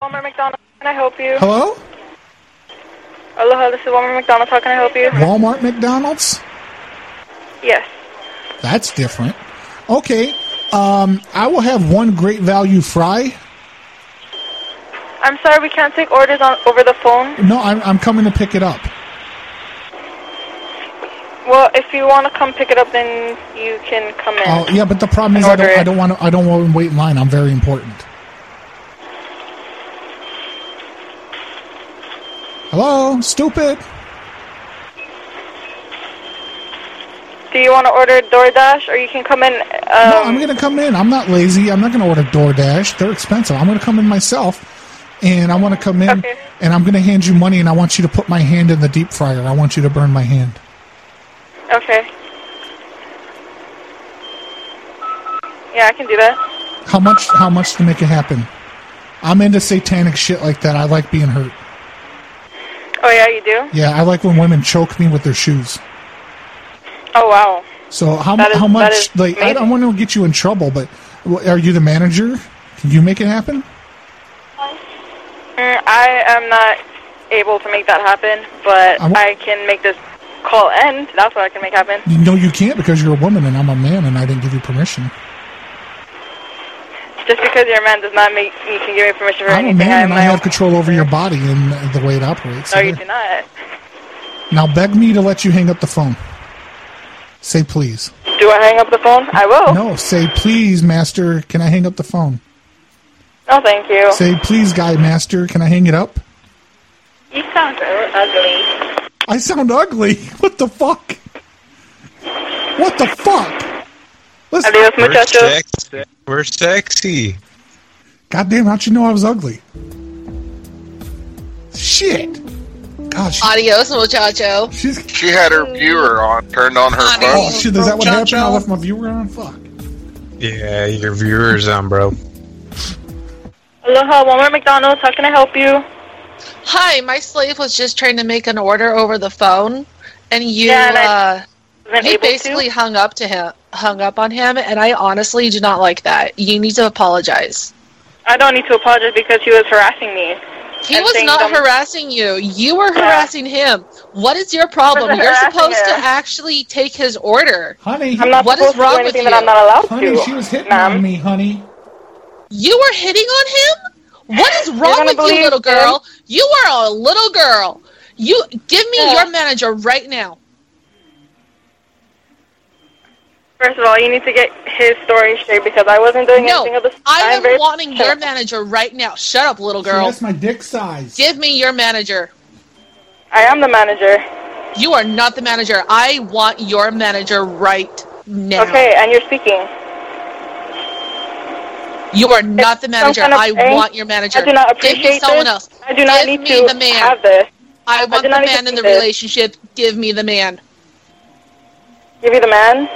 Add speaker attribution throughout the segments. Speaker 1: Wilmer McDonald, can I help you?
Speaker 2: Hello?
Speaker 1: Aloha, this is Wilmer McDonald. How can I help you?
Speaker 2: Walmart McDonald's?
Speaker 1: Yes.
Speaker 2: That's different. Okay. Um, I will have one great value fry.
Speaker 1: I'm sorry, we can't take orders on over the phone.
Speaker 2: No, I'm, I'm coming to pick it up.
Speaker 1: Well, if you want to come pick it up, then you can come in.
Speaker 2: Oh, yeah, but the problem is
Speaker 1: And
Speaker 2: I don't
Speaker 1: order
Speaker 2: I
Speaker 1: it.
Speaker 2: don't want to I don't want to wait in line. I'm very important. Hello, stupid.
Speaker 1: Do you want to order DoorDash, or you can come in? Um,
Speaker 2: No, I'm gonna come in. I'm not lazy. I'm not gonna order DoorDash. They're expensive. I'm gonna come in myself, and I want to come in,
Speaker 1: Okay.
Speaker 2: and I'm gonna hand you money, and I want you to put my hand in the deep fryer. I want you to burn my hand.
Speaker 1: Okay. Yeah, I can do that.
Speaker 2: How much? How much to make it happen? I'm into satanic shit like that. I like being hurt.
Speaker 1: Oh yeah, you do.
Speaker 2: Yeah, I like when women choke me with their shoes.
Speaker 1: Oh wow.
Speaker 2: So how
Speaker 1: That is-
Speaker 2: how
Speaker 1: that
Speaker 2: much?
Speaker 1: is
Speaker 2: like I don't
Speaker 1: amazing.
Speaker 2: want to get you in trouble, but w- are you the manager? Can you make it happen?
Speaker 1: Mm, I am not able to make that happen, but
Speaker 2: I wa-
Speaker 1: I can make this call end. That's what I can make happen.
Speaker 2: No, you can't because you're a woman and I'm a man and I didn't give you permission.
Speaker 1: Just because you're a man does not make you can give me permission for
Speaker 2: I'm a
Speaker 1: anything.
Speaker 2: man and I
Speaker 1: my
Speaker 2: have
Speaker 1: own-
Speaker 2: control over your body and the way it operates.
Speaker 1: No, you do not.
Speaker 2: Now beg me to let you hang up the phone. Say please.
Speaker 1: Do I hang up the phone? I will.
Speaker 2: No, say please, master. Can I hang up the phone?
Speaker 1: No, thank you.
Speaker 2: Say please, guy master. Can I hang it up?
Speaker 1: You sound ugly.
Speaker 2: I sound ugly. What the fuck? What the fuck? Listen,
Speaker 1: Adios,
Speaker 3: We're,
Speaker 1: muchachos.
Speaker 3: sex- we're sexy.
Speaker 2: goddamn, how'd you know I was ugly? Shit. Gosh,
Speaker 4: Adios, muchacho.
Speaker 2: she's.
Speaker 5: She had her viewer on, turned on her
Speaker 4: Honey.
Speaker 2: Oh
Speaker 5: phone.
Speaker 2: shit! Is that what happened? I
Speaker 4: Muchacho.
Speaker 2: left my viewer on. Fuck.
Speaker 3: Yeah, your viewers on, bro.
Speaker 1: Aloha, Walmart McDonald's. How can I help you?
Speaker 4: Hi, my slave was just trying to make an order over the phone, and you
Speaker 1: Yeah, and I-
Speaker 4: uh,
Speaker 1: Wasn't
Speaker 4: you
Speaker 1: able
Speaker 4: basically
Speaker 1: to.
Speaker 4: hung up to him, hung up on him, and I honestly do not like that. You need to apologize.
Speaker 1: I don't need to apologize because he was harassing me.
Speaker 4: He
Speaker 1: I'm
Speaker 4: was
Speaker 1: saying
Speaker 4: not
Speaker 1: don't-
Speaker 4: harassing you. You were harassing him. What is your problem?
Speaker 1: Wasn't
Speaker 4: You're
Speaker 1: harassing
Speaker 4: supposed to
Speaker 1: him.
Speaker 4: actually take his order.
Speaker 2: Honey,
Speaker 1: I'm not
Speaker 4: What is
Speaker 1: supposed
Speaker 4: wrong
Speaker 1: to do
Speaker 4: with
Speaker 1: anything
Speaker 4: you?
Speaker 1: that I'm not allowed
Speaker 2: honey,
Speaker 1: to.
Speaker 2: she was hitting
Speaker 1: ma'am.
Speaker 2: on me, honey.
Speaker 4: You were hitting on him? What is wrong
Speaker 1: gonna
Speaker 4: with you,
Speaker 1: believe
Speaker 4: little girl? You are a little girl. You give me
Speaker 1: Yeah.
Speaker 4: your manager right now.
Speaker 1: First of all, you need to get his story straight because I wasn't doing
Speaker 4: No,
Speaker 1: anything of this.
Speaker 4: I am
Speaker 1: very-
Speaker 4: wanting your manager right now. Shut up, little
Speaker 2: She
Speaker 4: girl.
Speaker 2: asked my dick size.
Speaker 4: Give me your manager.
Speaker 1: I am the manager.
Speaker 4: You are not the manager. I want your manager right now.
Speaker 1: Okay, and you're speaking.
Speaker 4: You are not the
Speaker 1: Some
Speaker 4: manager.
Speaker 1: kind of
Speaker 4: I
Speaker 1: thing.
Speaker 4: want your manager.
Speaker 1: I do not
Speaker 4: Give me
Speaker 1: appreciate
Speaker 4: someone
Speaker 1: this.
Speaker 4: else.
Speaker 1: I do not
Speaker 4: Give
Speaker 1: need
Speaker 4: me
Speaker 1: to
Speaker 4: the man.
Speaker 1: have this.
Speaker 4: I
Speaker 1: do
Speaker 4: want the
Speaker 1: not need to
Speaker 4: man in
Speaker 1: see
Speaker 4: the
Speaker 1: this.
Speaker 4: relationship. Give me the man.
Speaker 1: Give you the man.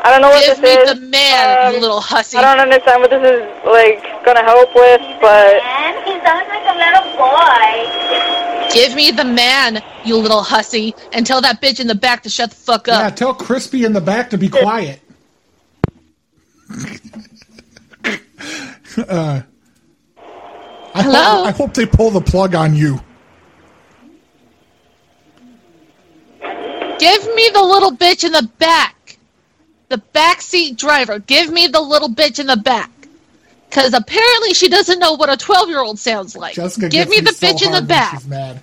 Speaker 1: I don't know what
Speaker 4: Give me
Speaker 1: this
Speaker 4: the
Speaker 1: is.
Speaker 4: man, you
Speaker 1: Um,
Speaker 4: little hussy.
Speaker 1: I don't understand what this is like gonna help with, but
Speaker 6: man. He sounds like a little boy.
Speaker 4: Give me the man, you little hussy, and tell that bitch in the back to shut the fuck
Speaker 2: Yeah,
Speaker 4: up.
Speaker 2: tell Crispy in the back to be quiet. uh, I
Speaker 4: Hello?
Speaker 2: Hope, I hope they pull the plug on you.
Speaker 4: Give me the little bitch in the back. The backseat driver. Give me the little bitch in the back. Because apparently she doesn't know what a 12 year old sounds like.
Speaker 2: Jessica,
Speaker 4: Give
Speaker 2: gets
Speaker 4: me the
Speaker 2: so
Speaker 4: bitch in the
Speaker 2: hard when
Speaker 4: back.
Speaker 2: She's mad.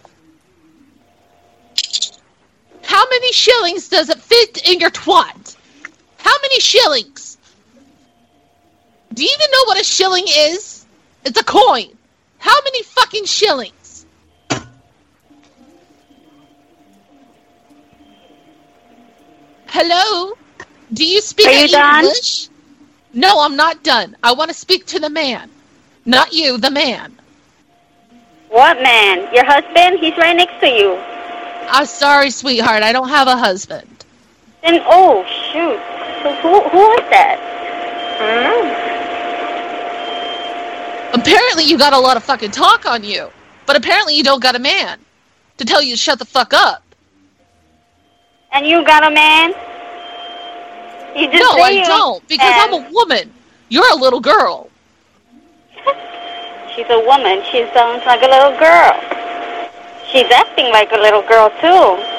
Speaker 4: How many shillings does it fit in your twat? How many shillings? Do you even know what a shilling is? It's a coin. How many fucking shillings? Hello? Do you speak
Speaker 6: Are you done?
Speaker 4: English? No, I'm not done. I want to speak to the man. Not you, the man.
Speaker 6: What man? Your husband? He's right next to you.
Speaker 4: I'm sorry, sweetheart. I don't have a husband.
Speaker 6: Then oh shoot. So who who was that? Hmm?
Speaker 4: Apparently, you got a lot of fucking talk on you, but apparently, you don't got a man to tell you to shut the fuck up.
Speaker 6: And you got a man? You just
Speaker 4: No,
Speaker 6: say
Speaker 4: I
Speaker 6: you-
Speaker 4: don't, because I'm a woman. You're a little girl.
Speaker 6: She's a woman. She sounds like a little girl. She's acting like a little girl too.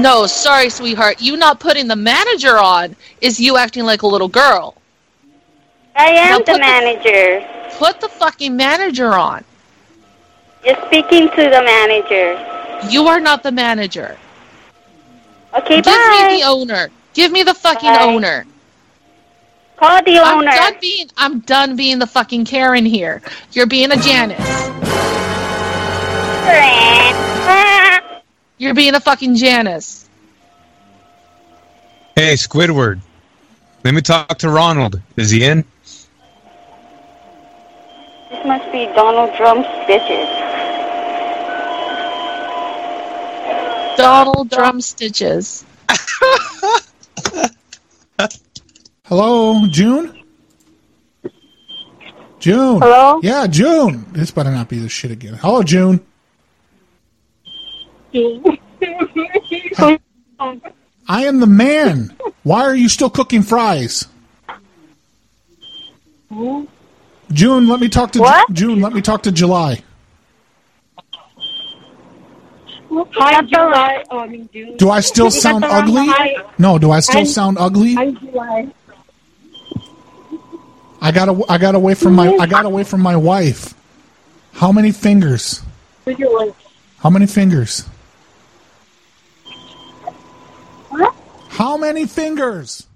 Speaker 4: No, sorry, sweetheart. You not putting the manager on is you acting like a little girl.
Speaker 6: I am
Speaker 4: Now put
Speaker 6: the
Speaker 4: the-
Speaker 6: manager.
Speaker 4: Put the fucking manager on.
Speaker 6: You're speaking to the manager.
Speaker 4: You are not the manager.
Speaker 6: Okay,
Speaker 4: Give
Speaker 6: bye.
Speaker 4: me the owner. Give me the fucking
Speaker 6: Bye.
Speaker 4: owner.
Speaker 6: Call the
Speaker 4: I'm
Speaker 6: owner.
Speaker 4: done being I'm done being the fucking Karen here. You're being a Janice. You're being a fucking Janice.
Speaker 3: Hey, Squidward. Let me talk to Ronald. Is he in?
Speaker 6: This must be Donald Trump's bitches.
Speaker 4: Donald Drum Stitches.
Speaker 2: Hello, June? June.
Speaker 6: Hello?
Speaker 2: Yeah, June. This better not be this shit again. Hello, June. I am the man. Why are you still cooking fries? June, let me talk to
Speaker 6: What?
Speaker 2: June. Let me talk to July.
Speaker 7: Hi, July. Oh, I mean June.
Speaker 2: Do I still sound ugly? No. Do I still
Speaker 7: I'm-
Speaker 2: sound ugly?
Speaker 7: Hi, July.
Speaker 2: I got a, I got away from my I got away from my wife. How many fingers?
Speaker 7: Who's your wife?
Speaker 2: How many fingers? How many fingers?